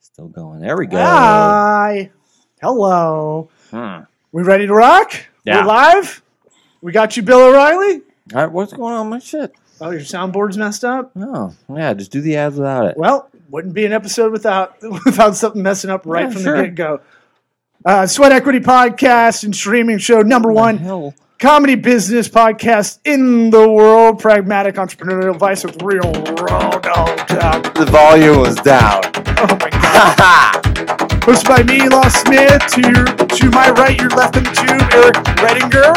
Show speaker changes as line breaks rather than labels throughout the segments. Still going. There we go.
Ah. Hi. Hello.
Hmm. All
We ready to rock?
Yeah.
We live? We got you, Bill O'Reilly?
right, what's going on with my shit?
Oh, your soundboard's messed up?
Oh, yeah, just do the ads without it.
Well, wouldn't be an episode without without something messing up right
Yeah,
from
sure.
the get go. Uh, Sweat Equity Podcast and streaming show number
What the
one,
hell?
comedy business podcast in the world, pragmatic entrepreneurial advice with real raw dog talk.
The volume was down.
Oh my god. Hosted by me, Los Smith. To your, to my right, your left, and two, Eric Redinger.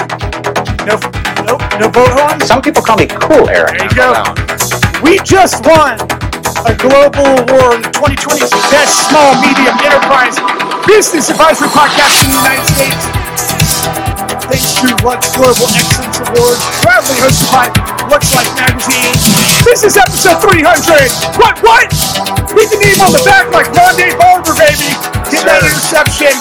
No, nope, no boat horns.
Some people call me Cool Eric.
There you go. We just won a global award, 2020's Best Small Medium Enterprise Business Advisory Podcast in the United States. Thanks to Lux Global Excellence Award, proudly hosted by Lux Life Magazine. This is episode 300. What? What? Hit the name on the back like Monday Barber, baby. Get that interception.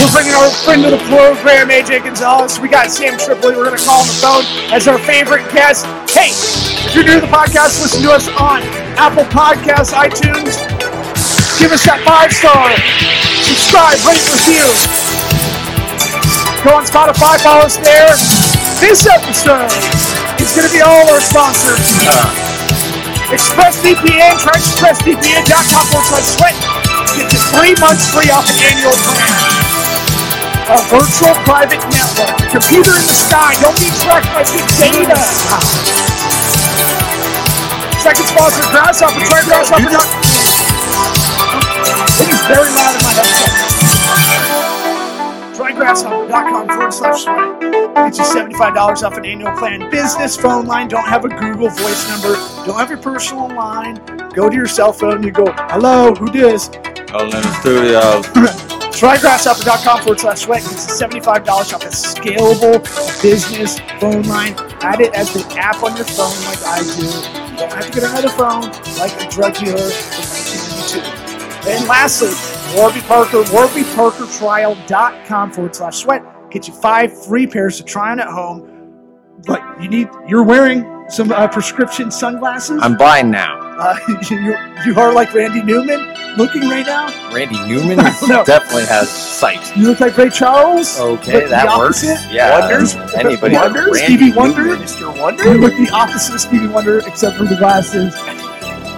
We're bringing our friend to the program, AJ Gonzalez. We got Sam Tripoli. We're going to call on the phone as our favorite guest. Hey, if you're new to the podcast, listen to us on Apple Podcasts, iTunes. Give us that five star. Subscribe, rate, review. Go on Spotify, follow us there. This episode is going to be all our sponsors. ExpressVPN, try expressvpn.com forward slash sweat. Get your three months free off an annual plan. A virtual private network. Computer in the sky. Don't be tracked by big data. Second sponsor, Grasshopper. Try Grasshopper. It is very loud in my headset trygrasshopper.com forward slash sweat. Get you $75 off an annual plan. Business phone line, don't have a Google voice number, don't have your personal line. Go to your cell phone, you go, hello, who dis?
All in the studio.
Trygrasshopper.com forward slash sweat gets you $75 off a scalable business phone line. Add it as the app on your phone like I do. You don't have to get another phone like a drug dealer from 1992. And lastly, Warby Parker, warbyparkertrial.com forward slash sweat. Get you five free pairs to try on at home. But you need, you're wearing some uh, prescription sunglasses.
I'm blind now.
uh, you, you are like Randy Newman looking right now.
Randy Newman
I don't know.
definitely has sight.
You look like Ray Charles.
Okay,
But
that
the
works.
opposite?
Yeah.
Wonders?
Anybody but
Wonders?
Randy
Stevie Wonder?
Newman. Mr. Wonder?
You look the opposite of Stevie Wonder except for the glasses.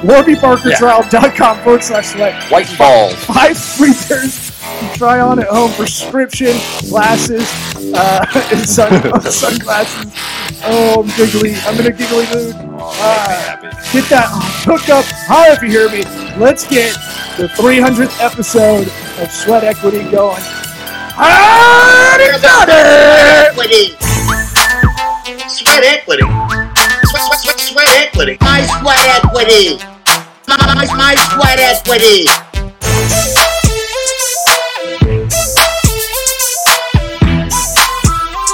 WarbyParkertrial.com forward slash sweat.
White balls.
five free pairs to try on at home prescription glasses uh, and sun- sunglasses. Oh, I'm giggly. I'm in a giggly mood. Ah,
Oh, make me happy.
Get that hook up high if you hear me. Let's get the 300th episode of Sweat Equity going. Howdy, howdy!
Equity. Sweat equity. Sweat, sweat, sweat, sweat equity. My sweat equity. My, my, my sweat equity.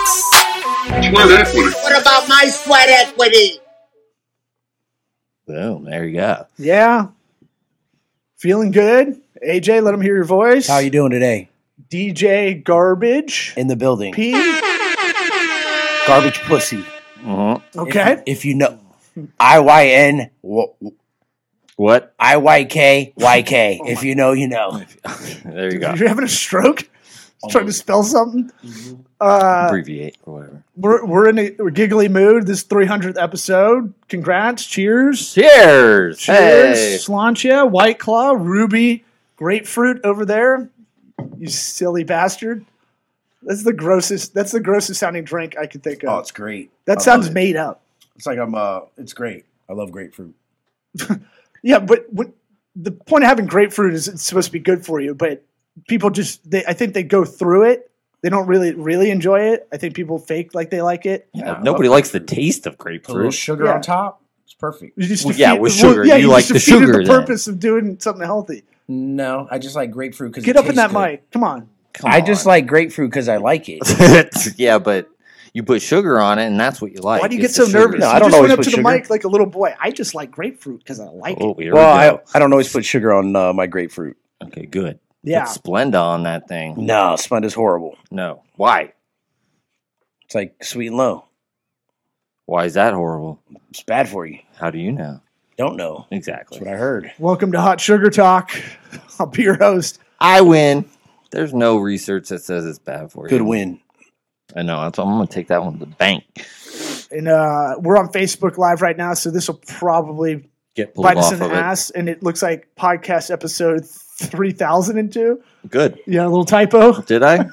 Sweat equity.
What about my sweat equity?
Boom, there you go.
Yeah. Feeling good? AJ, let them hear your voice.
How you doing today?
DJ Garbage.
In the building.
P.
Garbage pussy.
Mhm.
Okay.
If, if you know. I Y N
What?
I Y K Y K. If you know, you know.
There you go.
You're having a stroke?
Oh.
Trying to spell something?
Mm-hmm.
Uh,
Abbreviate or whatever.
we're, we're in a we're giggly mood. This 300th episode. Congrats. Cheers.
Cheers.
Cheers.
Hey.
Slancha, White Claw, Ruby, Grapefruit over there. You silly bastard. That's the grossest. That's the grossest sounding drink I could think of.
Oh, it's great. I
that
love
sounds
it.
made up.
It's like I'm uh it's great. I love grapefruit.
Yeah, but what, the point of having grapefruit is it's supposed to be good for you. But people just, they, I think they go through it. They don't really, really enjoy it. I think people fake like they like it.
Yeah,
Yeah,
nobody
love-
likes the taste of
Put a little
grapefruit.
sugar
Yeah.
on top. It's perfect.
You just
Well, yeah,
defeat-
with
well,
sugar,
yeah,
you like the
defeated
sugar
The
then.
purpose of doing something healthy.
No, I just like grapefruit because
Get up in that mic. Come on.
Come
I just
on.
like grapefruit because I like it.
yeah, but you put sugar on it, and that's what you like.
Why do you
It's
get so
the sugar.
nervous?
No,
you
I don't
just went
always
up to
put
the
sugar.
mic like a little boy. I just like grapefruit because I like it.
Oh, here
well,
we go.
I, I don't always put sugar on uh, my grapefruit.
okay, good.
Yeah.
Put Splenda on that thing.
No, Splenda's horrible.
No. Why?
It's like sweet and low.
Why is that horrible?
It's bad for you.
How do you know?
Don't know.
Exactly.
That's what I heard.
Welcome to Hot Sugar Talk. I'll be your host.
I win. There's no research that says it's bad for you.
Good win.
I know. That's why I'm gonna take that one to the bank.
And uh, we're on Facebook Live right now, so this will probably
Get pulled
bite us
off
in the
of it.
ass. And it looks like podcast episode 3002.
Good.
Yeah, a little typo.
Did I?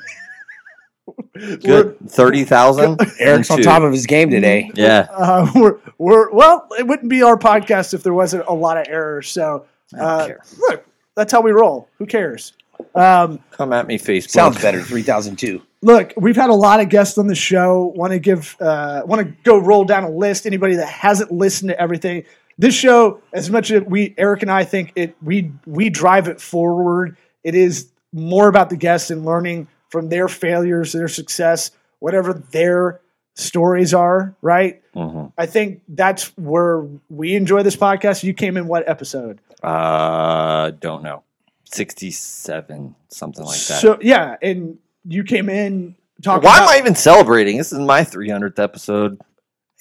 Good. Thirty thousand.
Eric's on top of his game today.
Yeah.
Uh, we're, we're, well, it wouldn't be our podcast if there wasn't a lot of errors. So
I don't
uh,
care.
look, that's how we roll. Who cares? Um,
Come at me, Facebook.
Sounds better. Three thousand two.
look, we've had a lot of guests on the show. Want to give, uh, want to go roll down a list. Anybody that hasn't listened to everything, this show, as much as we, Eric and I think it, we we drive it forward. It is more about the guests and learning from their failures, their success, whatever their stories are. Right?
Mhm.
I think that's where we enjoy this podcast. You came in what episode?
Uh, don't know. Sixty-seven, something like that.
So yeah, and you came in talking.
Why am
about,
I even celebrating? This is my 300th episode.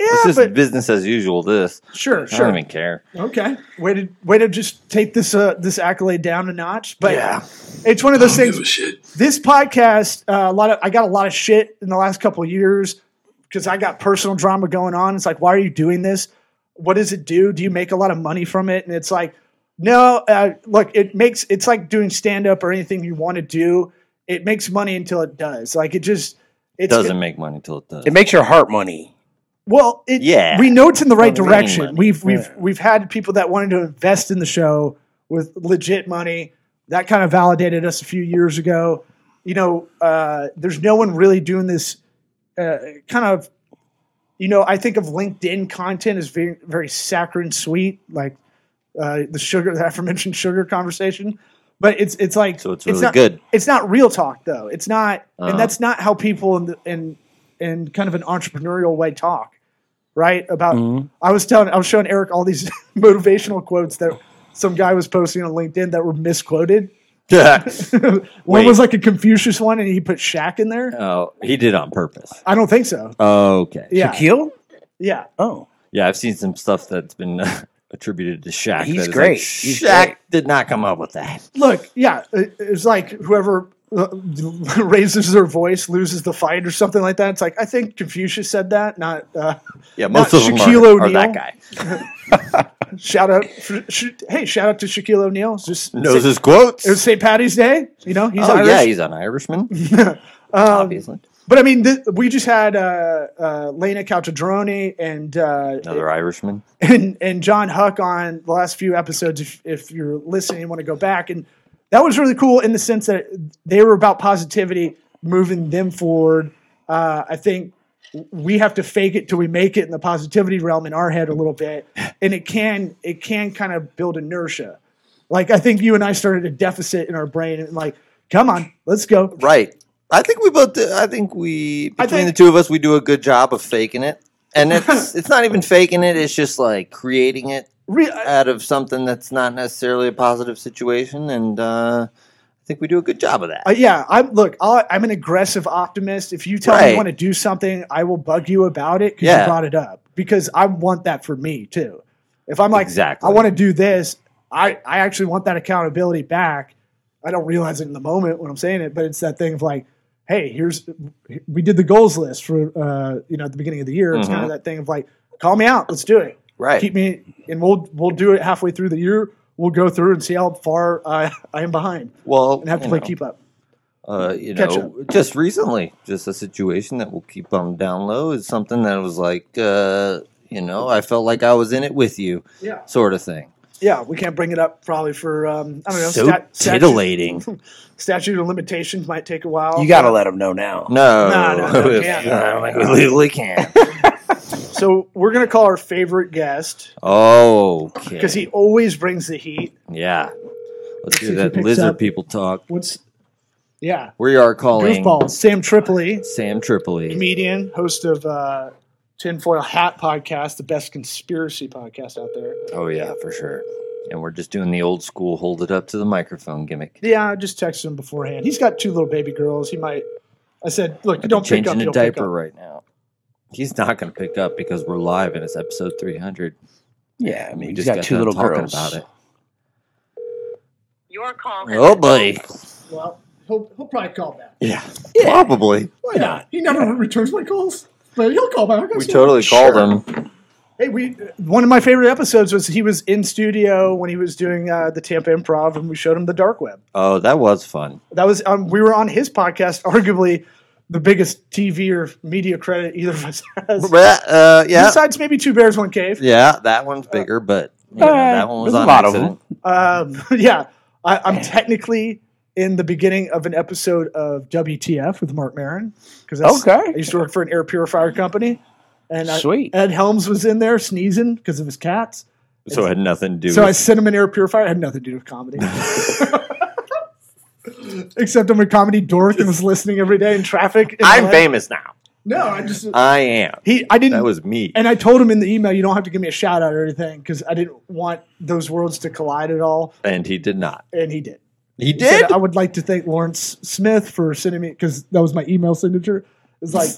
Yeah,
this is
but
business as usual. This.
sure,
I
sure.
don't even care.
Okay. Way to way to just take this uh, this accolade down a notch. But it's one of those things. This podcast, uh, a lot of I got a lot of shit in the last couple of years because I got personal drama going on. It's like, why are you doing this? What does it do? Do you make a lot of money from it? And it's like, no. Uh, look, it makes it's like doing stand up or anything you want to do. It makes money until it does. Like it just
It
it's,
doesn't make money until it does.
It makes your heart money.
well, it,
Yeah.
we know it's in the right
The rain
direction.
money.
We've we've we've had people that wanted to invest in the show with legit money. That kind of validated us a few years ago. You know, uh, there's no one really doing this uh, kind of. You know, I think of LinkedIn content as very very saccharine sweet, like uh, the sugar, the aforementioned sugar conversation. But it's it's like
so it's really
not,
good.
it's not real talk though. It's not,
Uh-huh.
and that's not how people in the, in in kind of an entrepreneurial way talk, right? About
Mm-hmm.
I was telling I was showing Eric all these motivational quotes that some guy was posting on LinkedIn that were misquoted. one
Wait.
was like a Confucius one, and he put Shaq in there.
oh, he did on purpose.
I don't think so.
Okay.
Yeah,
Shaquille?
yeah.
Oh,
Yeah, I've seen some stuff that's been attributed to Shaq.
He's
that is like,
great. He's
Shaq
great.
did not come up with that.
Look, yeah, it, it's like whoever uh, raises their voice loses the fight or something like that. It's like I think Confucius said that, not. Uh,
Yeah, most
Not
of them
Shaquille
are, are
O'Neal.
that guy.
shout out for, sh- hey shout out to shaquille o'neal just
Knows
it
his quotes.
was st patty's day you know he's
oh
Irish. Um,
yeah, he's an Irishman. Obviously,
but i mean th- we just had uh, uh, lena caltadroni and, uh,
another Irishman.
and and john huck on the last few episodes if, if you're listening and want to go back and that was really cool in the sense that they were about positivity moving them forward uh, i think we have to fake it till we make it in the positivity realm in our head a little bit and it can it can kind of build inertia like i think you and i started a deficit in our brain and like come on let's go
Right. I think we both. Do, I think we
I
between the
think-
two of us, we do a good job of faking it, and it's it's not even faking it. It's just like creating it
Re-
out of something that's not necessarily a positive situation, and uh, I think we do a good job of that.
uh, yeah i'm look I'll, i'm an aggressive optimist if you tell me you
Right.
want to do something i will bug you about it because you
Yeah.
brought it up because i want that for me too if i'm like
Exactly.
i want to do this i i actually want that accountability back i don't realize it in the moment when i'm saying it but it's that thing of like hey here's we did the goals list for uh you know at the beginning of the year it's kind of that thing of like call me out let's do it
Mm-hmm. right.
keep me and we'll we'll do it halfway through the year we'll go through and see how far uh, i am behind
well,
and have to
you
play
know,
keep up
uh, you
Catch
know, just recently, just a situation that we'll keep on down low is something that was like, uh, you know, I felt like I was in it with you,
Yeah.
sort of thing.
Yeah, we can't bring it up probably for um, I don't know.
So
stat- statute-
titillating.
Statute of limitations might take a while.
you got to let him know now.
No,
No, no, no, can't.
I don't think we legally can.
So we're gonna call our favorite guest
oh, okay.
because he always brings the heat.
Yeah. Let's
see
do
if he
that
picks
lizard
up.
people talk.
What's yeah?
We are calling
Goofball Sam Tripoli,
Sam Tripoli.
comedian, host of uh, Tinfoil Hat podcast, the best conspiracy podcast out there.
Oh yeah, for sure. And we're just doing the old school hold it up to the microphone gimmick.
Yeah, I just texted him beforehand. He's got two little baby girls. He might. I said, look,
I'd be
don't pick up.
changing
You'll
a
pick
diaper
up.
right now. He's not going to pick up because we're live and it's episode 300.
Yeah, I mean,
We
he's got two
done
little
talking
girls.
about it.
Your call. has-
Oh boy.
Well, he'll he'll probably call back.
Yeah. Probably.
Why not? He never returns my calls, but he'll call back. I
We
swear.
totally
Sure.
called him.
Hey, we one of my favorite episodes was he was in studio when he was doing uh, the Tampa Improv, and we showed him the dark web.
Oh, that was fun.
That was um, we were on his podcast, arguably the biggest TV or media credit either of us has.
But, uh, yeah.
Besides maybe two bears, one cave.
Yeah, Uh, that one's bigger, but you
Uh,
know, that one was
there's a
on
lot of
accident.
Um, yeah, I, I'm technically in the beginning of an episode of WTF with Mark Marin because
Okay.
I used to work for an air purifier company, and I-
Sweet.
Ed Helms was in there sneezing because of his cats.
So it had nothing to do
So I
with
sent him an air purifier. It had nothing to do with comedy. Except I'm a comedy dork and was listening every day in traffic. in
I'm
LA.
famous now.
No, I just
I am.
he I didn't
That was me.
and I told him in the email you don't have to give me a shout out or anything because I didn't want those worlds to collide at all,
And he did not.
and he did.
He
He said,
did?
I would like to thank Lawrence Smith for sending me because that was my email signature. It's like,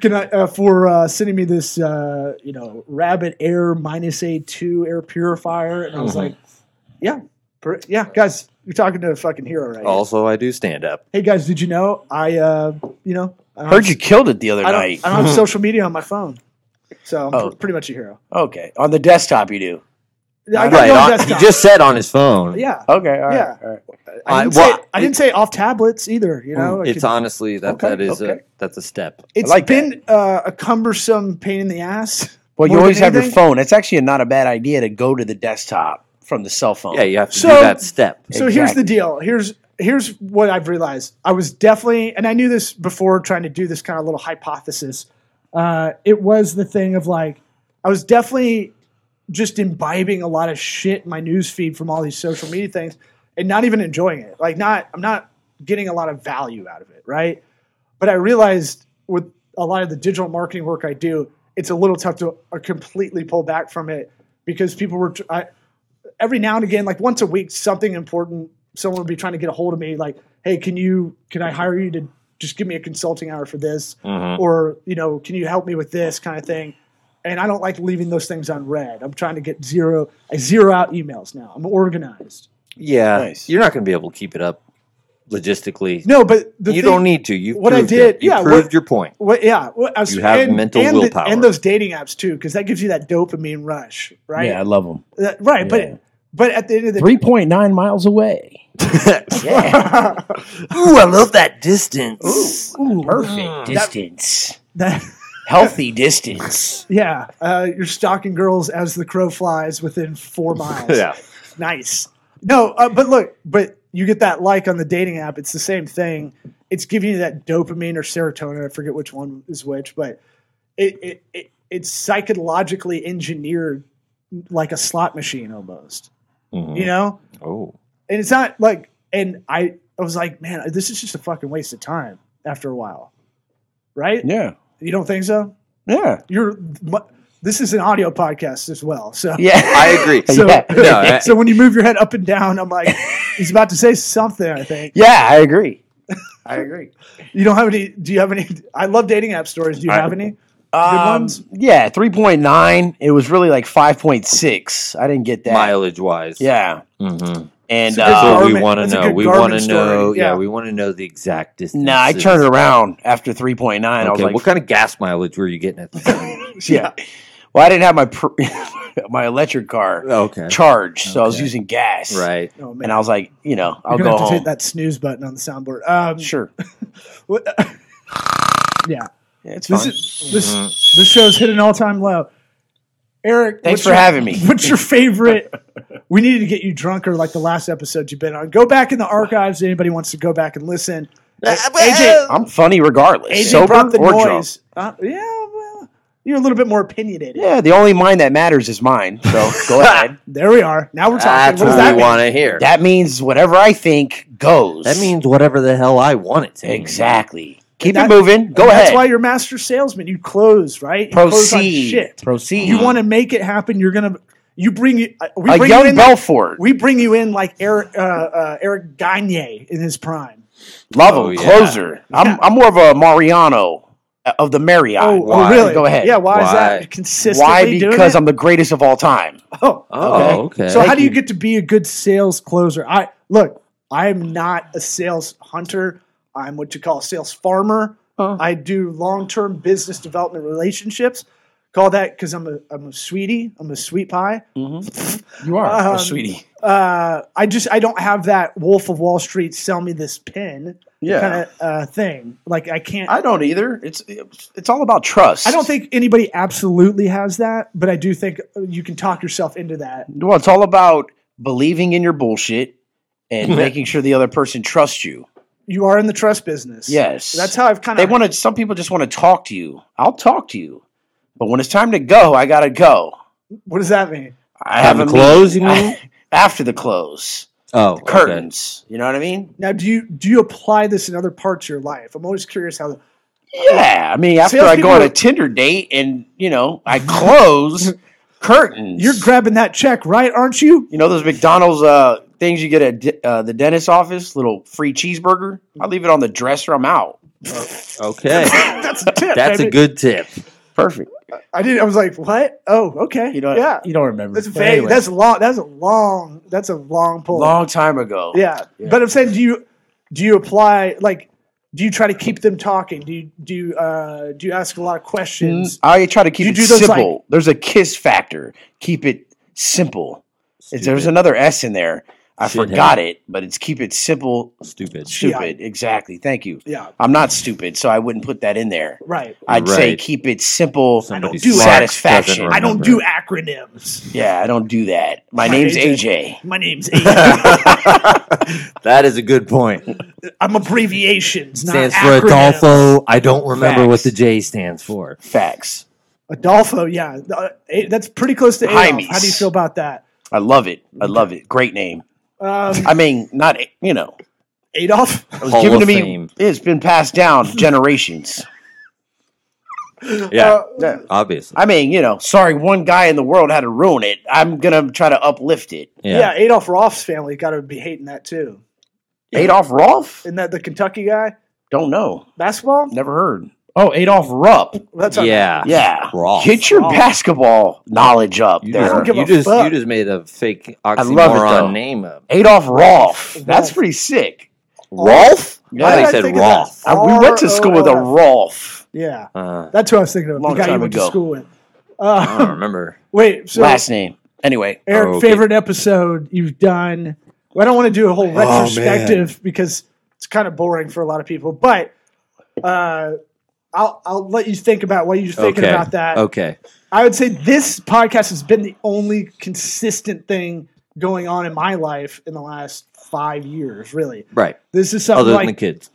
can I uh, for uh, sending me this, uh, you know, Rabbit Air minus A two air purifier? And I was
Mhm.
like, yeah, per- yeah, guys, you're talking to a fucking hero right now.
Also, I do stand up.
Hey guys, did you know I, uh, you know, I don't
Heard
have-
you killed it the other
I
night.
don't, I don't have social media on my phone, so I'm
Oh.
pr- pretty much a hero.
Okay, on the desktop you do.
I got
Right,
it on
on-
desktop.
he just said on his phone.
yeah.
Okay, all right.
Yeah.
All right.
I
I-
didn't,
well, Mm,
say, I didn't say off tablets either. You know, I
it's
could-
honestly that
Okay,
that is a
okay.
that's a step.
It's
like
been uh, a cumbersome pain in the ass.
Well, you
More
always
than
have your
anything-
phone. It's actually not a bad idea to go to the desktop from the cell phone.
Yeah, you have to
Oh. So-
do that step.
So here's the
Exactly.
deal. Here's here's what I've realized. I was definitely, and I knew this before trying to do this kind of little hypothesis. Uh, it was the thing of like, I was definitely just imbibing a lot of shit in my news feed from all these social media things, and not even enjoying it. Like, not I'm not getting a lot of value out of it, right? But I realized with a lot of the digital marketing work I do, it's a little tough to uh, completely pull back from it because people were. tr- I, every now and again, like once a week, something important, someone would be trying to get a hold of me, like, "Hey, can you can I hire you to just give me a consulting hour for this,
Mm-hmm.
or you know, can you help me with this kind of thing?" And I don't like leaving those things unread. I'm trying to get zero. I zero out emails now. I'm organized.
Yeah,
Nice.
you're not going to be able to keep it up logistically.
No, but the
you
thing-
don't need to. You
what I
proved
did-
It. You
yeah,
proved
what-
your point.
What, yeah, what, I was-
You have mental
and the-
willpower.
and those dating apps too, because that gives you that dopamine rush, right?
Yeah, I love them.
That- right,
Yeah.
but but at the end of the
Three point nine miles away. yeah,
Ooh, I love that distance. Mm.
perfect distance,
that,
healthy distance.
yeah, uh, you're stalking girls as the crow flies within four miles.
yeah,
Nice. No, uh, but look, but you get that like on the dating app. It's the same thing. It's giving you that dopamine or serotonin. I forget which one is which, but it it, it it's psychologically engineered like a slot machine almost.
Mhm.
You know,
Oh,
and it's not like. And I I was like, man, this is just a fucking waste of time. After a while, right?
Yeah,
You don't think so?
yeah,
You're. This is an audio podcast as well, so
yeah.
I agree.
So,
Yeah.
No, I-
so when you move your head up and down, I'm like, he's about to say something. I think
yeah, I agree. I agree.
you don't have any. Do you have any? I love dating app stories. Do you
I-
have any?
Um,
ones?
Yeah, three point nine. It was really like five point six. I didn't get that.
mileage wise.
Yeah,
hmm
and
So
uh,
So we
Garmin-
want to
that's a
know.
good
We
Garmin
want to
story.
know. Yeah.
Yeah.
we want to know the exact distance.
nah, I turned around after three point nine.
Okay,
I was like,
what kind of gas mileage were you getting at the time?
yeah. Well, I didn't have my pr- my electric car
okay,
charged, so I was
Okay.
using gas.
right.
Oh man,
And I was like, you know, I'll
You're
go
gonna have to
home.
hit that snooze button on the soundboard. Um,
Sure.
what- yeah,
Yeah, it's
this
fine. Mm-hmm.
is this this show's hit an all time low. Eric,
Thanks
what's
for
your-
having me.
What's your favorite? we needed to get you drunker like the last episode you've been on. Go back in the archives. if Anybody wants to go back and listen. AJ,
I'm funny regardless.
AJ
sober
brought the
or drunk.
noise. Uh, yeah, well, you're a little bit more opinionated.
Yeah, the only mind that matters is mine. So go ahead.
There we are. Now we're talking.
That's
what does
what,
that
we
mean?
want to hear.
That means whatever I think goes.
That means whatever the hell I want it to. mean.
exactly. Keep
that-
it moving. Go
That's
ahead.
why you're master salesman. You close, right? You close on
Proceed.
shit.
Proceed.
You want to make it happen. You're gonna. You bring you. uh, We
a
bring you
young
in
Belfort.
we bring you in like Eric uh, uh, Eric Gagne in his prime.
Love him.
Oh, yeah.
Closer. I'm, I'm more of a Mariano uh, of the Marriott.
Oh,
Why?
oh, really?
Go ahead.
Yeah, why, is
Why?
that consistently
Why?
doing
Because
it?
I'm the greatest of all time.
Oh,
Oh, okay.
So how do you
you.
get to be a good sales closer? I look, I am not a sales hunter. I'm what you call a sales farmer. I do long-term business development relationships. Call that because I'm a I'm a sweetie. I'm a sweet pie.
Mm-hmm. You are,
Um,
sweetie.
Uh, I just I don't have that Wolf of Wall Street sell me this pin
Yeah,
kind of uh, thing. Like I can't.
I don't either. It's it's all about trust.
I don't think anybody absolutely has that, but I do think you can talk yourself into that.
Well, it's all about believing in your bullshit and making sure the other person trusts you.
You are in the trust business.
Yes,
That's how I've kind
they
of
want to. Some people just want to talk to you. I'll talk to you, but when it's time to go, I gotta go.
What does that mean?
I
Time
have
to
a
close,
meeting-
you mean?
after the close,
Oh, okay.
curtains. You know what I mean?
Now, do you do you apply this in other parts of your life? I'm always curious how.
Yeah, I mean, after I go
Salespeople
on
are-
a Tinder date and you know I close curtains.
You're grabbing that check, right? Aren't you?
You know those McDonald's uh, things you get at di- uh, the dentist's office, little free cheeseburger. I leave it on the dresser. I'm out.
Okay,
That's a tip.
that's a
baby.
good tip.
Perfect.
I didn't. I was like, what? Oh, okay.
You don't.
yeah.
You don't remember.
That's
But
vague.
anyway,
That's long. That's a long. That's a long pull.
long time ago.
Yeah. But I'm saying, do you do you apply like? Do you try to keep them talking? Do you do you, uh, do you ask a lot of
Mm.
questions?
Mm, I try to keep
You
it
do those,
simple. there's a kiss factor. Keep it simple. It's- There's
Stupid.
another S in there. I
Shithead.
forgot it, but it's keep it simple,
Stupid.
stupid. Exactly. Thank you.
Yeah.
I'm not stupid, so I wouldn't put that in there.
Right.
I'd say
Right.
keep it simple.
Somebody
do
smart
satisfaction.
doesn't
I don't
remember.
do acronyms.
Yeah, I don't do that. My name's AJ.
My name's AJ.
That is a good point.
I'm abbreviations, not
Stands for
acronyms.
Adolfo. I don't remember what
Facts.
the J stands for.
Facts.
Adolfo, yeah, Uh, eh, that's pretty close to Adolf.
Jaimes.
How do you feel about that?
I love it. I love it. Great name.
Um,
I mean, not you know,
Adolf,
it was
Hall
given
of
to me.
Fame.
It's been passed down generations.
Uh,
Yeah,
Yeah.
obviously.
I mean, you know, sorry, one guy in the world had to ruin it. I'm gonna try to uplift it.
Yeah.
yeah. Adolf Roth's family got to be hating that too.
Adolf Rolf?
Isn't that the Kentucky guy
Don't know.
basketball?
Never heard. Oh, Adolf Rupp.
That's not-
Yeah.
Yeah.
Rolf.
Get your
Rolf.
basketball knowledge up
You
there.
just,
don't give
you,
a
just,
fuck.
you just made a fake
love it, though.
oxymoron name up.
Adolf Rolf. That's
Rolf.
pretty sick. Oh.
Rolf?
Yeah.
I
Why
think
did
he said
think of that?
Rolf.
I- we went to school with a
R-O-L-F.
Rolf
Yeah,
Uh,
that's who I was thinking of.
Long
the guy you
time
went
ago. Uh-huh.
to school with.
I don't
Uh,
remember.
wait, so
last name. Anyway,
Eric,
Oh, okay.
favorite episode you've done? Well, I don't want to do a
Oh,
whole retrospective because it's kind of boring for a lot of people, but uh, I'll I'll let you think about what you're thinking
okay.
about that.
Okay.
I would say this podcast has been the only consistent thing going on in my life in the last five years, really.
Right.
This is something
Other than the
like
kids.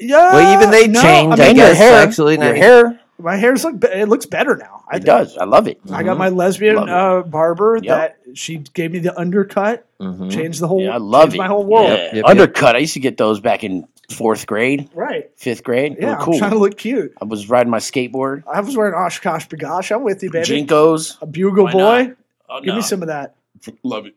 yeah,
Well, even they changed.
I mean,
And your
your
guess hair.
hair,
actually
your
not-
hair,
my hair's look. be- It looks better now. e- I
it
think.
does. I love it.
I got my lesbian
Love it.
uh, barber
Yep. Mm-hmm.
that she gave me the undercut,
Mhm.
changed the whole.
Yeah, I love
changed
it.
My whole world.
Yeah.
Yep, yep,
Undercut. I used to get those back in fourth grade,
Right.
fifth grade. They
Yeah.
were
I'm
cool.
trying to look cute.
I was riding my skateboard.
I was wearing Oshkosh Bagosh. I'm with you, baby.
Jinkos.
A bugle
Why
boy.
not? Oh,
Give
no.
me some of that.
Love it.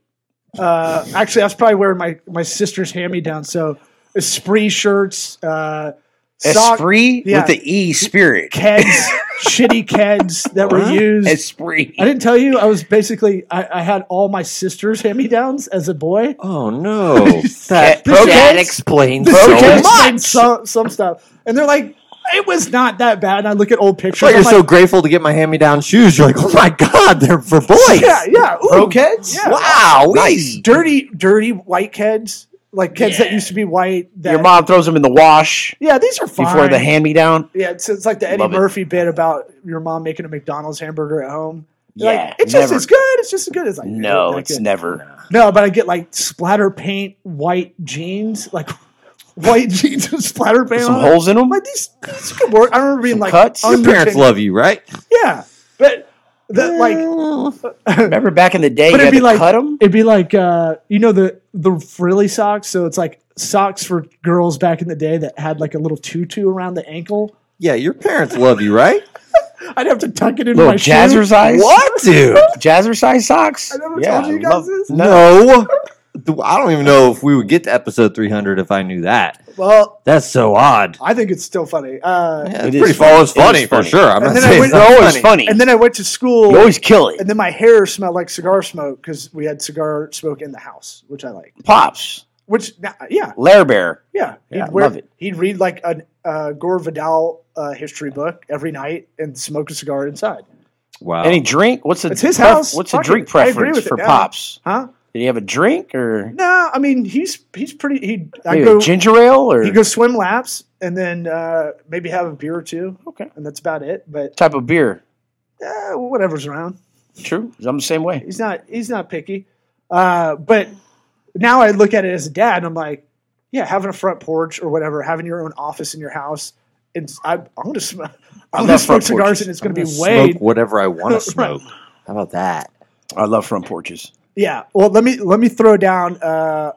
uh, actually, I was probably wearing my, my sister's hand me down. So, Esprit shirts, uh, sock
Esprit
yeah.
with the E spirit.
keds, shitty keds that were used.
Esprit.
I didn't tell you, I was basically, I, I had all my sister's hand me downs as a boy.
Oh, no.
That-
that,
Pro
that
kids?
explains
Pro
so
kids?
much.
Explained Some, some stuff. And they're like, it was not that bad. And I look at old
It's
pictures.
like
I'm
you're so
like,
grateful to get my hand-me-down shoes. You're like, oh my god, they're for boys.
yeah, yeah. Ooh,
Brokeds?
Yeah.
Wow.
Nice.
Dirty, dirty white keds, like keds that used to be white. That,
Your mom throws them in the wash
Yeah, these are fine.
before the hand me down.
Yeah, it's, it's like the Eddie
Love it.
Murphy bit about your mom making a McDonald's hamburger at home. You're
Yeah,
like, it's just
never.
as good. It's just as good. It's like
No,
not
it's
good.
never.
No, but I get like splatter paint, white jeans, like white jeans and splatter paint.
Some
on it.
holes in them.
I'm like these, these could work. I remember being like
cuts? Your
Your parents
undertaking-
love you, right?
Yeah, but the, like,
Remember back in the day,
but
you
it'd
had
be
to
like
cut them.
it'd be like uh, you know the the frilly socks. So it's like socks for girls back in the day that had like a little tutu around the ankle.
Yeah, your parents love you, right?
I'd have to tuck it in
Little
my shoe.
jazzercise.
what, dude?
Jazzercise socks.
I never
Yeah,
told you
love-
guys this.
No. I don't even know if we would get to episode 300 if I knew that.
Well,
That's so odd.
I think it's still funny. Uh,
Yeah, it's
It is
pretty
funny.
funny. It's
It is
funny for
funny.
sure. I'm
And
not
then I
saying
went-
it's
They're
not
always
funny.
funny.
And then I went to school,
you always kill it.
and then my hair smelled like cigar smoke because we had cigar smoke in the house, which I like.
Pops,
Which, yeah,
Lair Bear.
yeah,
Yeah, I
he'd wear-
love it.
He'd read like a uh, Gore Vidal uh, history book every night and smoke a cigar inside.
Wow.
Any drink? What's a
It's his
pref-
house.
What's a
Fuck
drink
it. I agree
preference
with it
for
now.
Pops?
Huh?
Did he have a drink or
No, I mean he's he's pretty. He I
maybe
go
a ginger ale or
he goes swim laps and then uh, maybe have a beer or two.
Okay.
and that's about it. But
type of beer?
uh, whatever's around,
True. I'm the same way.
he's not he's not picky. Uh, but now I look at it as a dad, and I'm like, yeah, having a front porch or whatever, having your own office in your house. It's I, I'm gonna smoke. I'm gonna
love
smoke
front
cigars,
porches.
and it's gonna
I'm
be
gonna
way
Smoke whatever I want to
Right.
smoke. How about that?
I love front porches.
Yeah. Well, let me let me throw down. Uh,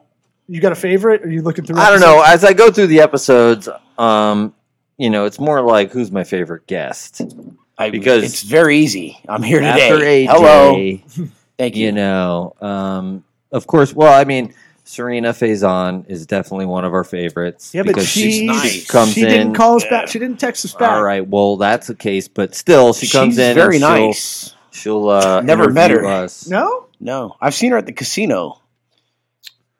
you got a favorite? Are you looking through?
I don't
episodes?
know. As I go through the episodes, um, you know, it's more like who's my favorite guest
I,
Because-
it's very easy. I'm here today.
after AJ.
Hello. Thank you.
You know, um, of course. Well, I mean, Serena Faison is definitely one of our favorites.
Yeah, but
because
she
she's nice.
comes
she didn't
in-
call us back. She didn't text us back.
All right. Well, that's the case, but still, she comes
She's
in.
Very
and she'll-
nice.
She'll, uh,
Never met
interview
her.
Us.
No.
No, I've seen her at the casino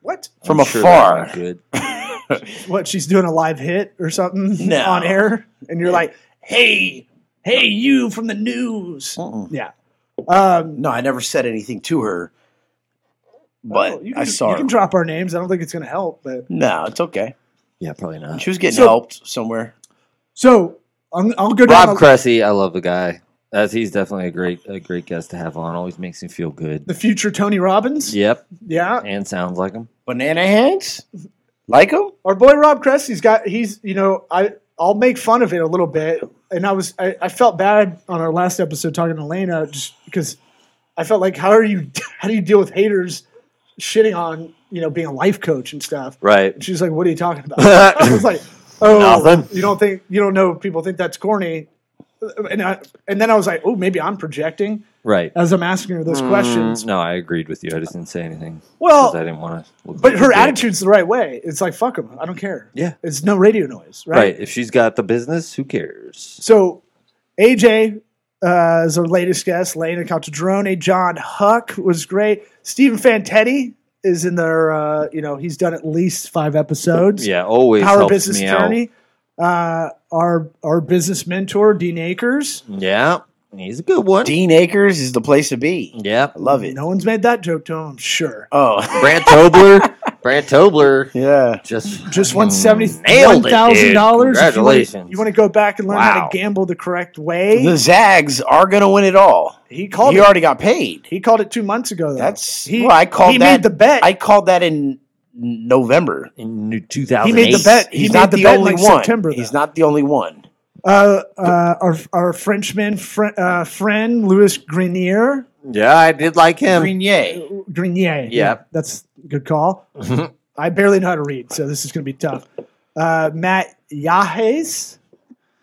What?
from
I'm sure that's
afar.
not Good.
What? She's doing a live hit or something
No.
on air, and you're like, "Hey, hey, you from the news?"
Mm-mm.
Yeah. Um,
No, I never said anything to her, but
oh, you
I
can,
saw
you
her.
can drop our names. I don't think it's going to help, but
no, it's okay.
Yeah, probably not.
She was getting
So-
helped somewhere.
so I'm, I'll go down
Rob
the,
Cressy, I love the guy. As he's definitely a great, a great guest to have on. Always makes me feel good.
the future Tony Robbins.
Yep,
yeah.
and sounds like him.
Banana hands? Like them?
our boy Rob Cressy's got he's you know I I'll make fun of it a little bit, and I was I, I felt bad on our last episode talking to Elena just because I felt like how are you how do you deal with haters shitting on you know being a life coach and stuff?
Right.
And she's like, "What are you talking about?" I was like, "Oh,
Nothing.
you don't think you don't know people think that's corny," and I, and then I was like, "Oh, maybe I'm projecting."
Right.
As I'm asking her
Hmm.
those questions,
No, I agreed with you. I just didn't say anything.
Well,
'cause I didn't want to. Look
but
like
her
a dick.
attitude's the right way. It's like fuck them, I don't care.
Yeah.
it's no radio noise,
Right. If she's got the business, who cares?
So AJ uh, is our latest guest. Lena Caltadrone, John Huck was great. Stephen Fantetti is in there. Uh, you know, he's done at least five episodes.
Yeah, always
Power
helps
Business
me out.
Journey. Uh, our our business mentor Dean Akers.
Yeah, he's a good one.
Dean Akers is the place to be.
Yeah,
I love it.
No one's made that joke to him, I'm sure.
Oh,
Brant Tobler. Brant Tobler
yeah.
just
Just
fucking
won seventy
Mm, nailed
one
it, dude.
thousand dollars.
Congratulations.
You want to go back and learn how
Wow.
to gamble the correct way?
The Zags are going to win it all.
he called.
He
it,
already got paid.
he called it two months ago. Though.
That's
he.
well, I called
he
that.
made the bet.
I called that in November.
in
He
2008.
made the bet. He
He's
made
not
the,
the,
bet
only
in like
one.
September.
He's
though.
not the only one.
Uh, uh, our our Frenchman fr- uh, friend Louis Grenier.
Yeah, I did like him.
Grenier.
Grenier.
Yep.
that's a good call.
Mm-hmm.
I barely know how to read, so this is going to be tough. Uh, Matt Yahes,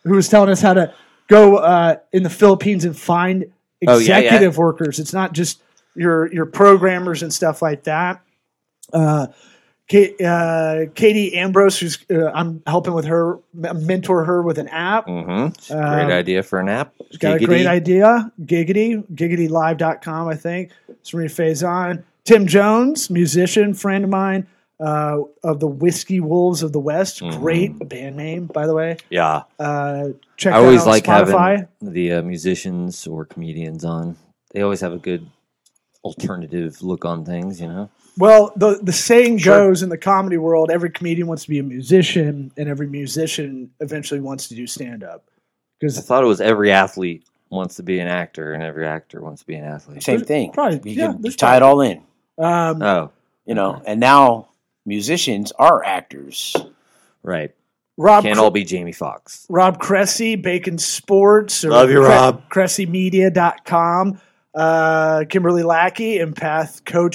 who was telling us how to go uh, in the Philippines and find
Oh, yeah, yeah.
executive workers. It's not just your your programmers and stuff like that. Uh, Kate, uh, Katie Ambrose, who's uh, I'm helping with her, m- mentor her with an app.
Mm-hmm.
Um,
great idea for an app.
Got a
Giggity.
great idea. Giggity, giggitylive.com, I think. Serena Faison. Tim Jones, musician, friend of mine uh, of the Whiskey Wolves of the West.
Mm-hmm.
Great band name, by the way.
Yeah,
Uh, check
I
that
always
out
like
on Spotify.
having the uh, musicians or comedians on. They always have a good alternative look on things, you know.
Well, the, the saying goes in the comedy world every comedian wants to be a musician, and every musician eventually wants to do stand up.
I
Because
thought it was every athlete wants to be an actor, and every actor wants to be an athlete.
Same thing.
probably-
you
yeah,
can
there's
tie it all in.
um,
Oh,
You know, and now musicians are actors.
right.
Rob
Can't all be Jamie Foxx.
Rob Cressy, Bacon Sports. Or
Love you, Rob.
CressyMedia.com. Uh, Kimberly Lackey,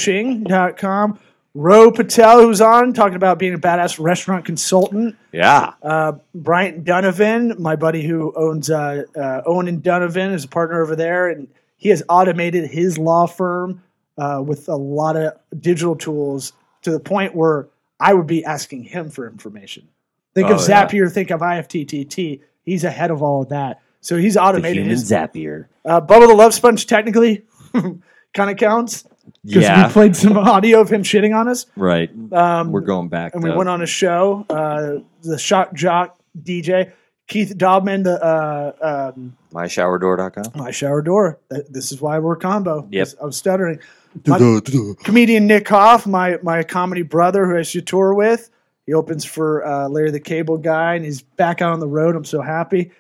empathcoaching.com. Ro Patel, who's on, talking about being a badass restaurant consultant.
Yeah.
Uh, Bryant Donovan, my buddy who owns uh, uh, Owen and Donovan, is a partner over there, and he has automated his law firm uh, with a lot of digital tools to the point where I would be asking him for information. Think of
Oh, yeah.
Zapier, think of IFTTT. He's ahead of all of that. So he's
The
automated
human
his.
Zapier.
Uh, Bubba the Love Sponge technically kind of counts because
Yeah,
we played some audio of him shitting on us.
right.
Um,
We're going back.
and we
to-
went on a show. Uh, the shock jock DJ Keith Dobman, the uh, um,
myshowerdoor.com.
my shower door. Th- This is why we're combo.
Yep.
I was stuttering. My- comedian Nick Hoff, my my comedy brother who I should tour with. He opens for uh, Larry the Cable Guy, and he's back out on the road. I'm so happy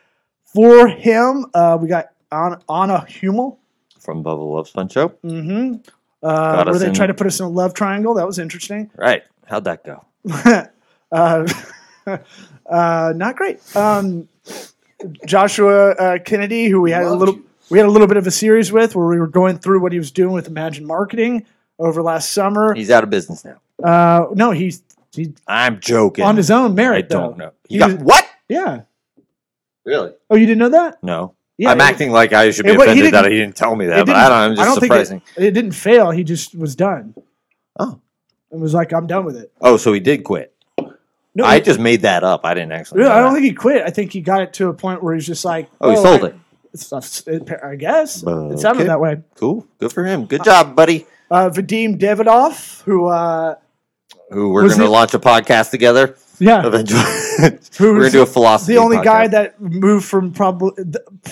for him. Uh, we got Anna, Anna Hummel.
from Bubble Love Sponge Show.
hmm Uh,
Got
where
us
they
in-
tried to put us in a love triangle. That was interesting.
Right. How'd that go?
uh, uh, not great. Um, Joshua uh, Kennedy, who we had a little, we had a little bit of a series with, where we were going through what he was doing with Imagine Marketing over last summer.
He's out of business now.
Uh, no, he's he's
I'm joking.
on his own merit.
I don't
though.
know.
He
You got
was-
what?
Yeah.
Really?
Oh, you didn't know that?
No.
Yeah.
I'm
it-
acting like I should be
it wa- he
offended that
didn't-
he didn't tell me
it
that, but
didn't-
I don't. know, I'm just
think it-
surprising.
it, didn't fail. He just was done.
Oh.
It was like I'm done with it.
Oh, so he did quit.
No,
I
he-
just made that up. I didn't actually.
really,
know
I don't
that.
think he quit. I think he got it to a point where he's just like,
Oh, he sold
I,
it.
It's, it, I guess it sounded
Okay.
that way.
Cool. Good for him. Good job, buddy.
Uh, Vadim Davidoff, who uh,
Who we're
was
going to
he-
launch a podcast together
yeah,
eventually. we're going to do a philosophy.
the only
podcast.
guy that moved from probably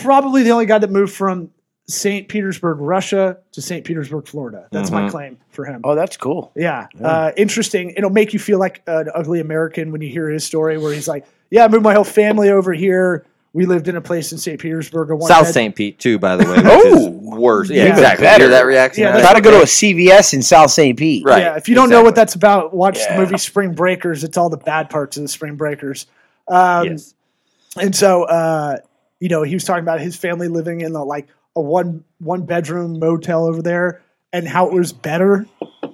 probably the only guy that moved from St. Petersburg, Russia, to St. Petersburg, Florida. That's my
Mhm.
claim for him.
Oh, that's cool.
Yeah. Uh, interesting. It'll make you feel like an ugly American when you hear his story, where he's like, "Yeah, I moved my whole family over here. We lived in a place in St. Petersburg. a one
South
bed-
St. Pete too, by the way. Which
Oh.
is worse. Yeah,
Even
exactly.
better.
Hear that reaction?
Yeah,
That's
Try to go to a
okay.
CVS in South St. Pete.
right.
Yeah. If you don't know what that's about, watch
Yeah.
the movie Spring Breakers. It's all the bad parts of the Spring Breakers. Um,
yes.
And so, uh, you know, he was talking about his family living in a, like a one one bedroom motel over there, and how it was better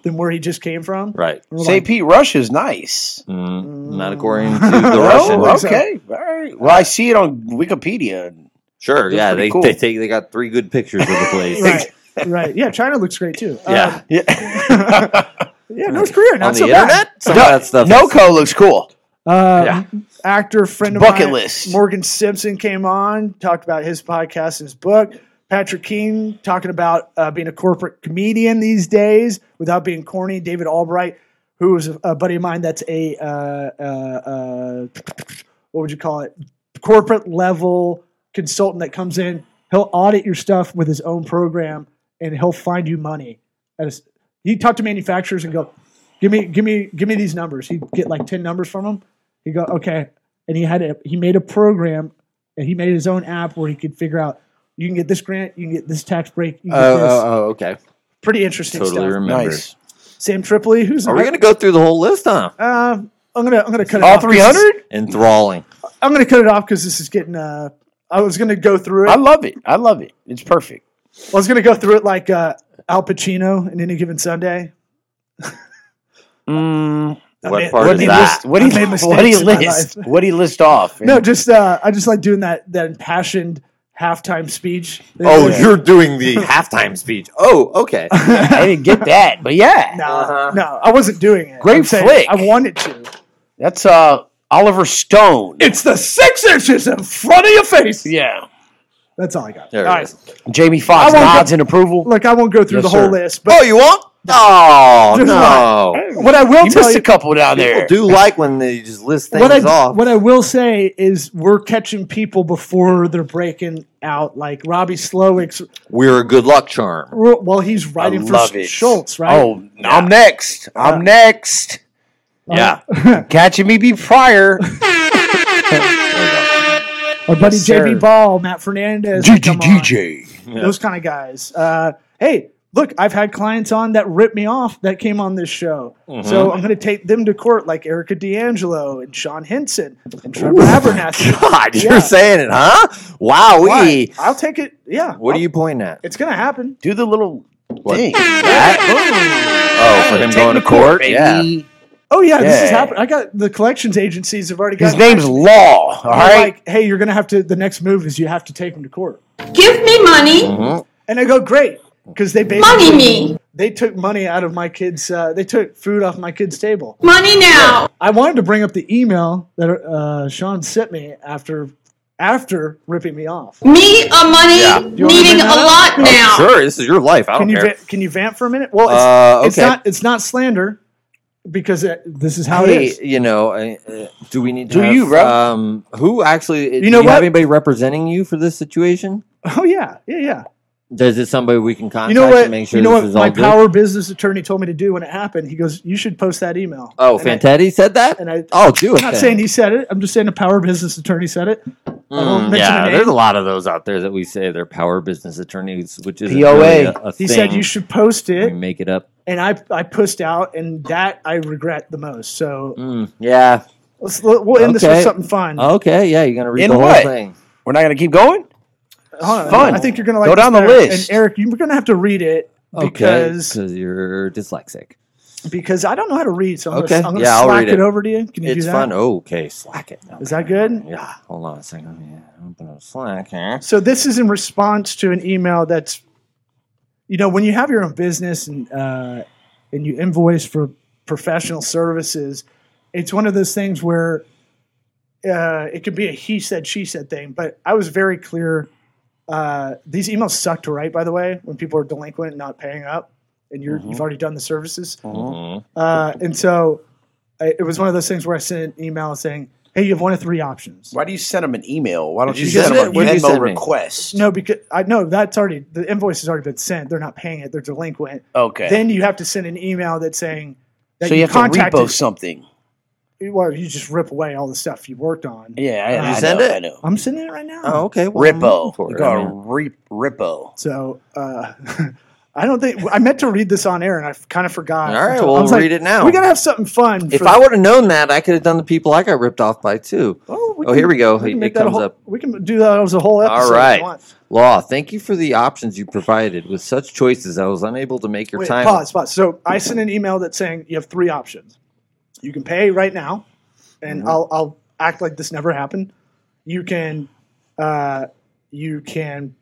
than where he just came from.
Right.
We're like,
St. Pete, Russia's nice.
Mm, not according to the Russian.
Oh,
Russians.
okay. All right. Well, I see it on Wikipedia.
Sure. Yeah.
pretty
They,
cool.
they take. They got three good pictures of the place.
Right. Right. Yeah. China looks great too.
Yeah.
Yeah.
Um, yeah. North Korea. Not
On the
so bad.
internet, some of that stuff. is-
Noco looks cool.
Uh,
Yeah.
Actor friend of
Bucket
mine,
list.
Morgan Simpson came on, talked about his podcast and his book. Patrick King talking about uh, being a corporate comedian these days without being corny. David Albright, who is a buddy of mine, that's a uh, uh, uh, what would you call it? Corporate level consultant that comes in. He'll audit your stuff with his own program, and he'll find you money. And it's- He'd talk to manufacturers and go, "Give me, give me, give me these numbers." He'd get like ten numbers from them. He'd go, "Okay," and he had a, he made a program and he made his own app where he could figure out you can get this grant, you can get this tax break. You can
Oh,
get this.
oh, oh, okay.
Pretty interesting
Totally
stuff.
remember.
Nice.
Sam Tripoli, who's
Are we
not-
going to go through the whole list, huh?
Uh, I'm gonna I'm gonna cut it
All
off 'cause
three hundred?
Enthralling.
this- I'm gonna cut it off because this is getting. Uh, I was gonna go through it.
I
I
love it. I love it. It's perfect.
was gonna go through it like uh, Al Pacino in any given Sunday.
What
Mm,
mean,
part
what
is
do you
that?
list? What do
I made
you,
mistakes
what do you
in my
list?
life.
What do you list off?
No, just uh, I just like doing that that impassioned halftime speech.
Oh, you're doing the halftime speech. Oh, okay.
I didn't get that, but yeah,
no,
Uh-huh.
no, I wasn't doing it.
Great
I'm saying
flick.
I wanted to.
that's uh Oliver Stone.
It's the six inches in front of your face.
yeah,
That's all I got.
There it
all right.
is.
Jamie Foxx
I won't
nods in approval.
Look, I won't go through
Yes,
the whole
sir.
list,
Oh,
but
you won't? Oh,
There's
no.
what I will
You
tell
missed
you,
a couple down
People
there.
do like when they just list things
what I
off.
what I will say is we're catching people before they're breaking out. Like Robbie Slowick's,
We're a good luck charm.
well, he's
I
writing for
love it.
Schultz, right? Uh,
Oh, I'm next. I'm next.
Yeah.
Catching me be prior.
Our buddy
yes,
JB
sir.
Ball, Matt Fernandez, come on.
Yeah.
those kind of guys. Uh, hey, look, I've had clients on that ripped me off that came on this show.
Mm-hmm.
So I'm going to take them to court, like Erica D'Angelo and Sean Henson and Trevor Abernathy.
God, you're
Yeah.
saying it, huh?
Why?
Wowee.
I'll take it. Yeah,
What are you pointing at?
it's going to happen.
Do the little
What?
thing.
Oh, for him going to court? Yeah.
baby.
Oh yeah, this is
Yeah.
happening. I got the collections agencies have already got
His name's Law.
Oh,
All
They're
right.
Like, hey, you're going to have to. The next move is you have to take them to court.
Give me money.
Mhm.
And I go, great. because they basically
Money me.
they took money out of my kids. Uh, they took food off my kids' table.
Money now.
I wanted to bring up the email that uh, Sean sent me after after ripping me off.
Me a money
Yeah.
wanna bring
needing a
that
lot now.
Oh, Sure, this is your life. I don't
Can you
care.
va- can you vamp for a minute? Well, it's,
Uh,
it's
okay.
not it's not slander because it, this is how it
Hey,
is.
you know, I, uh, do we need to
Do
have,
you, bro?
Um, who actually? You do
know
you have
what?
anybody representing you for this situation?
Oh yeah, yeah, yeah.
Does it somebody we can contact
You know what?
and make sure
you know
this
what?
is all
My
good?
power business attorney told me to do when it happened. He goes, "You should post that email."
oh,
And I-
Fantetti said that.
and I-
oh, do it.
I'm not
then.
saying he said it. I'm just saying a power business attorney said it. I won't
Mm,
mention the
yeah,
name.
there's a lot of those out there that we say they're power business attorneys, which is
POA.
Really a, a
He
thing.
said you should post
We
it,
make it up.
and I I pushed out, and that I regret the most. So
Mm, yeah.
let's we'll end this
Okay.
with something fun.
Okay. Yeah, you're gonna read
In
the whole
what?
thing.
We're not going to keep going?
Hold on,
fun.
I think you're gonna like
Go
this
down the
better.
list.
And Eric, you're gonna have to read it
Okay.
because
you're dyslexic.
because I don't know how to read, so I'm
Okay.
gonna, I'm gonna
Yeah, I'll
slack
read
it.
it.
over to you. Can you do
It's
that?
fun. Okay, slack it.
Is that good?
Yeah. Hold on a second. Yeah, open up Slack here.
So this is in response to an email that's, you know, when you have your own business and uh, and you invoice for professional services, it's one of those things where uh, it could be a he said she said thing. But I was very clear. Uh, these emails suck to write, by the way, when people are delinquent and not paying up, and you're, you've already done the services.
Mhm.
Uh, and so I, it was one of those things where I sent an email saying, "Hey, you have one of three options."
Why do you send them an email? Why don't
Did
you,
you
send
send
them a
it? Where'd you
Venmo
send me?
request?
No, because I no, that's already the invoice has already been sent. They're not paying it. They're delinquent.
Okay.
Then you have to send an email that's saying that
so you,
you,
have to
contacted.
repo something.
Well, you just rip away all the stuff you worked on.
Yeah, I,
you
I
send
know,
it?
I know.
I'm sending it right now.
Oh, okay. Well, I'm looking
Rippo.
for
We
it.
call
I
it
mean,
re- Rippo.
So uh, I don't think I meant to read this on air, and I kind of forgot.
All right,
So I
well,
was like,
read it now.
We gotta have something fun.
if
for-
I would have known that, I could have done the people I got ripped off by too.
oh,
oh, here we go.
We can
It-
make
it
that a
comes
whole,
up.
We can do that as a whole episode.
All
if you
right.
want.
Law, thank you for the options you provided. With such choices, I was unable to make your
Wait,
time.
pause, pause. So I sent an email that's saying you have three options. You can pay right now, and
Mm-hmm.
I'll I'll act like this never happened. You can, uh, you can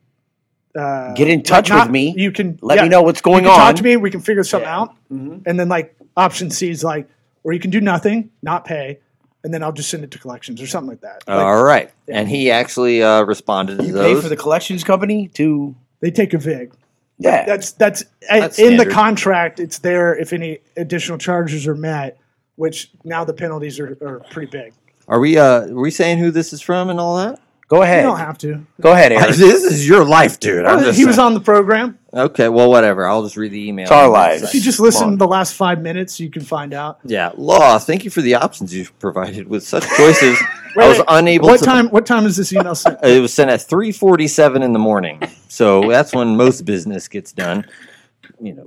uh,
Get in touch
like,
with
not-
me.
You can
Let
yeah,
me know what's
You
going
can
on. Mm-hmm.
talk to me. We can figure something out. And then like option C is like, or you can do nothing, not pay, and then I'll just send it to collections or something like that. Like,
All right, and he actually uh, responded to
You pay
those.
for the collections company to.
they take a vig.
Yeah.
that's that's, eh,
That's
in the
standard.
contract. It's there if any additional charges are met, which now the penalties are, are pretty big.
are we? Uh, are we saying who this is from and all that?
Go
You
ahead.
don't have to.
Go ahead, Eric.
this is your life, dude. I'm just
he was
saying.
on the program.
Oh, Okay, well, whatever. I'll just read the email.
It's our lives.
If you just listen to the last five minutes, you can find out.
Yeah, law. Thank you for the options you've provided. With such choices, I
Wait,
was
wait,
unable.
What
to,
time? What time is this email sent?
It was sent at three forty-seven in the morning, so that's when most business gets done. You know,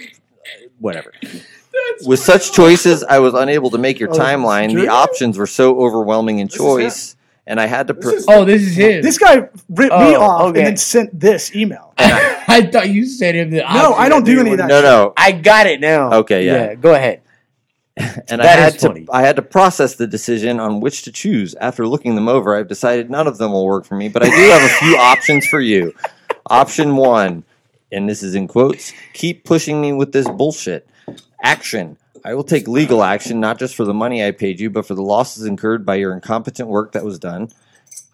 whatever. With such choices, I was unable to make your
Oh,
timeline. The
Drew?
options were so overwhelming in choice, and I had to. Pr-
Oh, this is him.
This guy ripped me
Oh,
off
okay.
and then sent this email.
I thought you said him. The
No, I don't do any of that.
no, no.
I got it now.
Okay, yeah.
Go ahead.
And
That
I had
is
to
funny.
I had to process the decision on which to choose. After looking them over, I've decided none of them will work for me, but I do have a few options for you. Option 1, and this is in quotes, keep pushing me with this bullshit. Action. I will take legal action not just for the money I paid you, but for the losses incurred by your incompetent work that was done.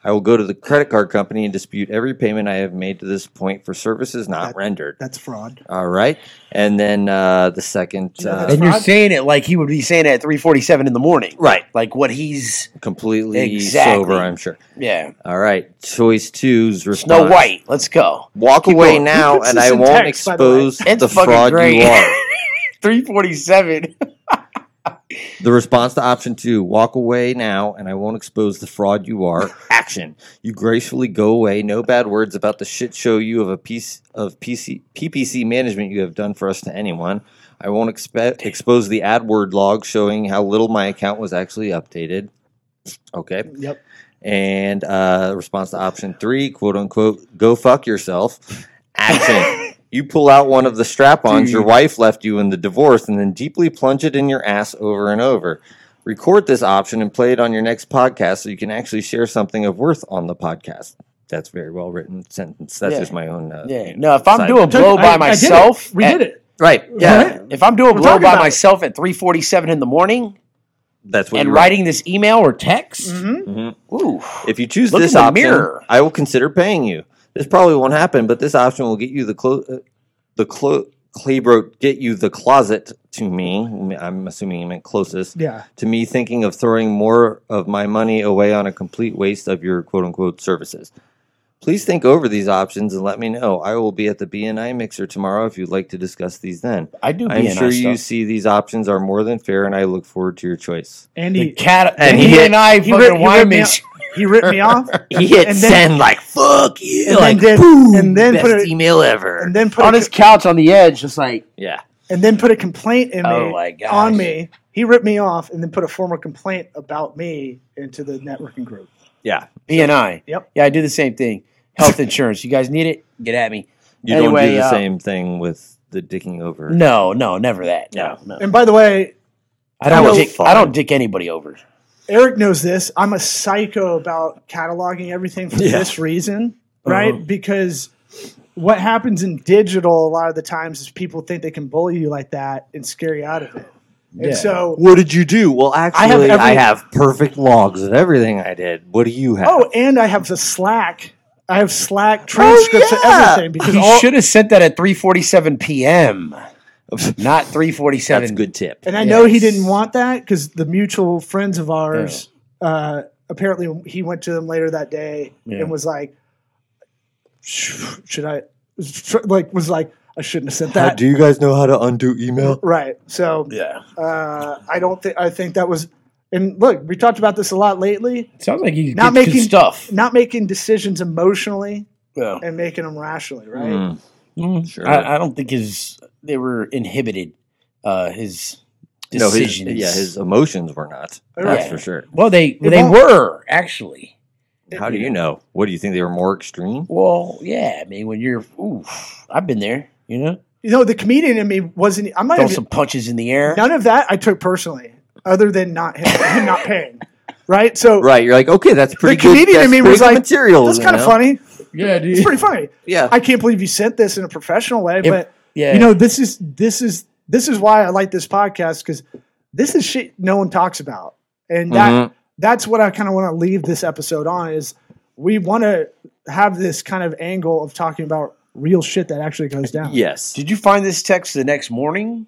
I will go to the credit card company and dispute every payment I have made to this point for services not rendered.
That's fraud.
All right. And then uh, the second uh,
And you're saying it like
Like he would be saying at 3:47 in the morning.
Right.
Like what he's.
completely
Exactly.
sober, I'm sure.
Yeah.
All right, choice two's response.
Snow White. Let's go.
Walk
Keep
away
going.
now,
puts
and
this
I
in
won't
text, by the way?
expose the,
It's fucking
fraud
great.
you are.
3:47.
The response to option two: Walk away now, and I won't expose the fraud you are. Action. You gracefully go away. No bad words about the shit show you of a piece of PC, PPC management you have done for us to anyone. I won't expe- expose the ad word log showing how little my account was actually updated. Okay.
Yep.
And uh, response to option three, quote unquote, go fuck yourself. Action. you pull out one of the strap ons your wife left you in the divorce and then deeply plunge it in your ass over and over. Record this option and play it on your next podcast so you can actually share something of worth on the podcast. That's very well written sentence. That's
Yeah.
just my own. Uh,
Yeah. No, if I'm
side-
doing blow
I-
by
I did it.
myself,
We
at-
did it.
right,
Yeah.
Right?
If I'm doing
We're
blow
talking
by
about it.
myself at 3:47 in the morning
that's what
and
you're
writing this email or text, mm-hmm.
Mhm.
ooh,
If you choose
Look
this
in the
option,
mirror.
I will consider paying you. This probably won't happen, but this option will get you the clo- uh, the clo- Claybro get you the closet to me. I'm assuming you meant closest
Yeah.
to me. Thinking of throwing more of my money away on a complete waste of your quote unquote services. Please think over these options and let me know. I will be at the BNI mixer tomorrow if you'd like to discuss these then.
I do.
I'm
BNI
sure you
stuff.
see these options are more than fair, and I look forward to your choice.
the
Andy,
cat
and
and
he
he,
hit-
and I
he
fucking
ripped- he ripped
wine
me
mix.
he ripped me off.
He hit
And then-
send like fuck you,
And
like
then did-
boom,
and then
best
put it-
email ever.
And then put
on
a,
his couch on the edge, just like
Yeah,
and then put a complaint in me
Oh my gosh.
on me. He ripped me off and then put a formal complaint about me into the networking group.
yeah.
BNI.
Yep.
Yeah, I do the same thing. Health insurance. You guys need it? Get at me.
You don't do
Anyway,
the
uh,
same thing with the dicking over.
No, no, never that. No, no.
And by the way,
I don't
was
dick. I don't dick anybody over.
Eric knows this. I'm a psycho about cataloging everything for
Yeah.
this reason, right?
Uh-huh.
Because what happens in digital a lot of the times is people think they can bully you like that and scare you out of it. And so,
What did you do? Well,
have
actually, I have,
every-
perfect logs of everything I did. What do you have?
oh, and I have the Slack. I have Slack transcripts
yeah.
of everything because
You
all,
Oh, should have sent that at 3:47 p.m. Not 3:47.
that's a good tip.
And I know he
Yes.
didn't want that because the mutual friends of ours, uh, apparently he went to them later that day
Yeah.
and was like, "Sh- should I, sh- like, was like, I shouldn't have sent that.
you guys know how to undo email?
right. So
Yeah.
uh, I don't think, I think that was, and look, we talked about this a lot lately,
Sounds like he's
Not
gets good
making-
stuff.
not making decisions emotionally
Yeah.
and making them rationally, right?
Hmm, Sure.
I, I don't think his they were inhibited. Uh, his
no, his,
decisions.
yeah, his emotions were not. That's
Yeah.
for sure.
Well, they
It
they
won't-
were actually.
How do you know? What do you think they were more extreme?
Well, yeah. I mean, when you're, oof, I've been there. You know,
You know, the comedian in me wasn't, e, I might
throw
have,
some punches in the air.
none of that I took personally other than not him, him not paying. Right. So,
Right, you're like, okay, that's pretty good.
comedian in
that's
me
pretty
was
good
like,
material.
That's
you
kind of
know?
funny.
Yeah,
It's
dude.
pretty funny.
Yeah.
I can't believe you sent this in a professional way,
It-
but
yeah.
you know, this is this is this is why I like this podcast because this is shit no one talks about, and that
Mhm.
Mm-hmm.
that's what I kind of want to leave this episode on is we want to have this kind of angle of talking about real shit that actually goes down.
yes.
Did you find this text the next morning?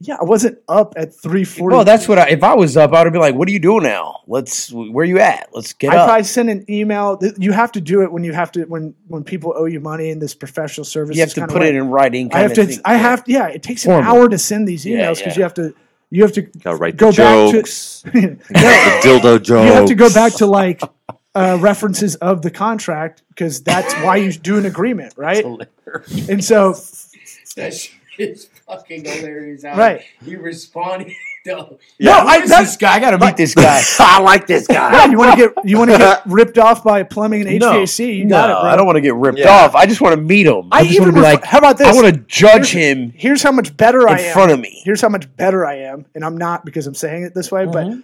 yeah. I wasn't up at three forty.
Well, that's what I. If I was up, I would be like, "What are you doing now? Let's. Where you at? Let's get
I
up."
probably sent an email. Th- You have to do it when you have to when when people owe you money in this professional service.
you have to put it in writing.
I have
kinda
to.
thing.
I have. Yeah, it takes an
Formal.
hour to send these
Yeah,
emails because
yeah.
you have to. You have to
Gotta write
go
the jokes.
back to.
The dildo jokes.
you have to go back to like uh, references of the contract because that's why you do an agreement, right? And so,
That shit is fucking hilarious. How
Right.
He responded. No,
Yeah.
No, I, that's, this guy. I gotta meet this guy.
I like this guy.
yeah, you want to get you want to get ripped off by plumbing and
No,
HVAC. you got
no,
it, bro.
I don't want to get ripped
Yeah.
off. I just want to meet him. I,
I
just want to be
refer-
like,
how about this?
I want to judge
Here's-
him
Here's how much better I
in
am.
front of me.
Here's how much better I am, and I'm not because I'm saying it this way,
Mm-hmm.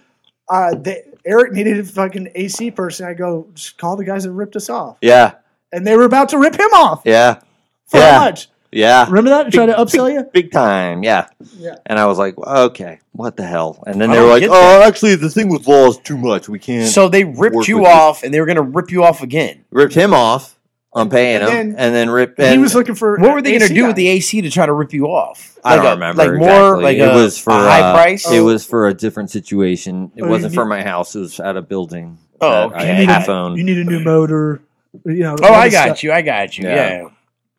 but uh, the, Eric needed a fucking AC person. I go just call the guys that ripped us off,
yeah,
and they were about to rip him off.
yeah,
for
Yeah.
how much?
yeah.
Remember that? Try to upsell
big,
you?
big time. Yeah.
Yeah.
And I was like, okay, what the hell? And then
I
they were
don't
like,
get
oh, actually, the thing with law is too much. We can't.
So they
Work
ripped
with
you
you.
off, and they were gonna rip you off again.
ripped him off on paying
And
him,
then-
and then ripped.
he
and-
was looking for.
What were they gonna
AC
do with the
guy.
AC to try to rip you off?
I don't
Like a-
remember.
Like more,
exactly.
like
it
a,
was for
a high
uh,
price.
It was for a different situation. It
Oh,
wasn't
you
for
need-
my house. It was at a building.
Oh,
that
okay.
I
You need,
half
a,
owned.
you need a new motor. You know,
Oh, I got you. I got you.
Yeah.
Yeah.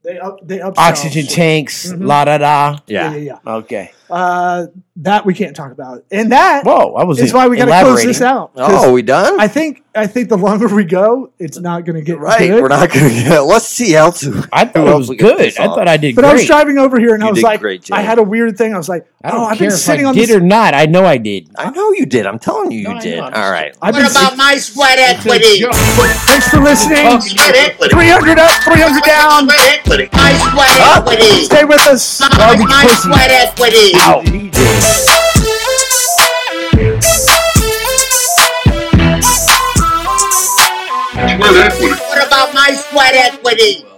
They up, they upsell.
Oxygen tanks.
Mhm.
La da da.
Yeah,
yeah.
yeah,
Okay.
yeah. Uh, that we can't talk about, and that is
Whoa, I was.
why we got to close this
elaborating.
out. 'Cause
Oh, are we done?
I think I think the longer we go, it's not going to get
right.
good.
We're not going to get. Let's see how to.
I thought
Who
it
else
was
we could
good.
piss
I
off?
thought I did
but
great.
I was driving over here, and
You
I was
did
like,
great, Jay.
I had a weird thing. I was like,
I don't
oh, I've
care if I
been sitting on
did
this.
or not. I know I did.
I know you did. I'm telling you, you
No, I
did.
know.
All
I'm
right.
I've been
What about
sit-
my sweat equity?
Thanks for listening.
Sweat equity.
Three hundred up, three hundred down.
Sweat equity. My sweat equity.
Stay with us.
My, my sweat equity.
Sweat equity.
What about my my sweat equity.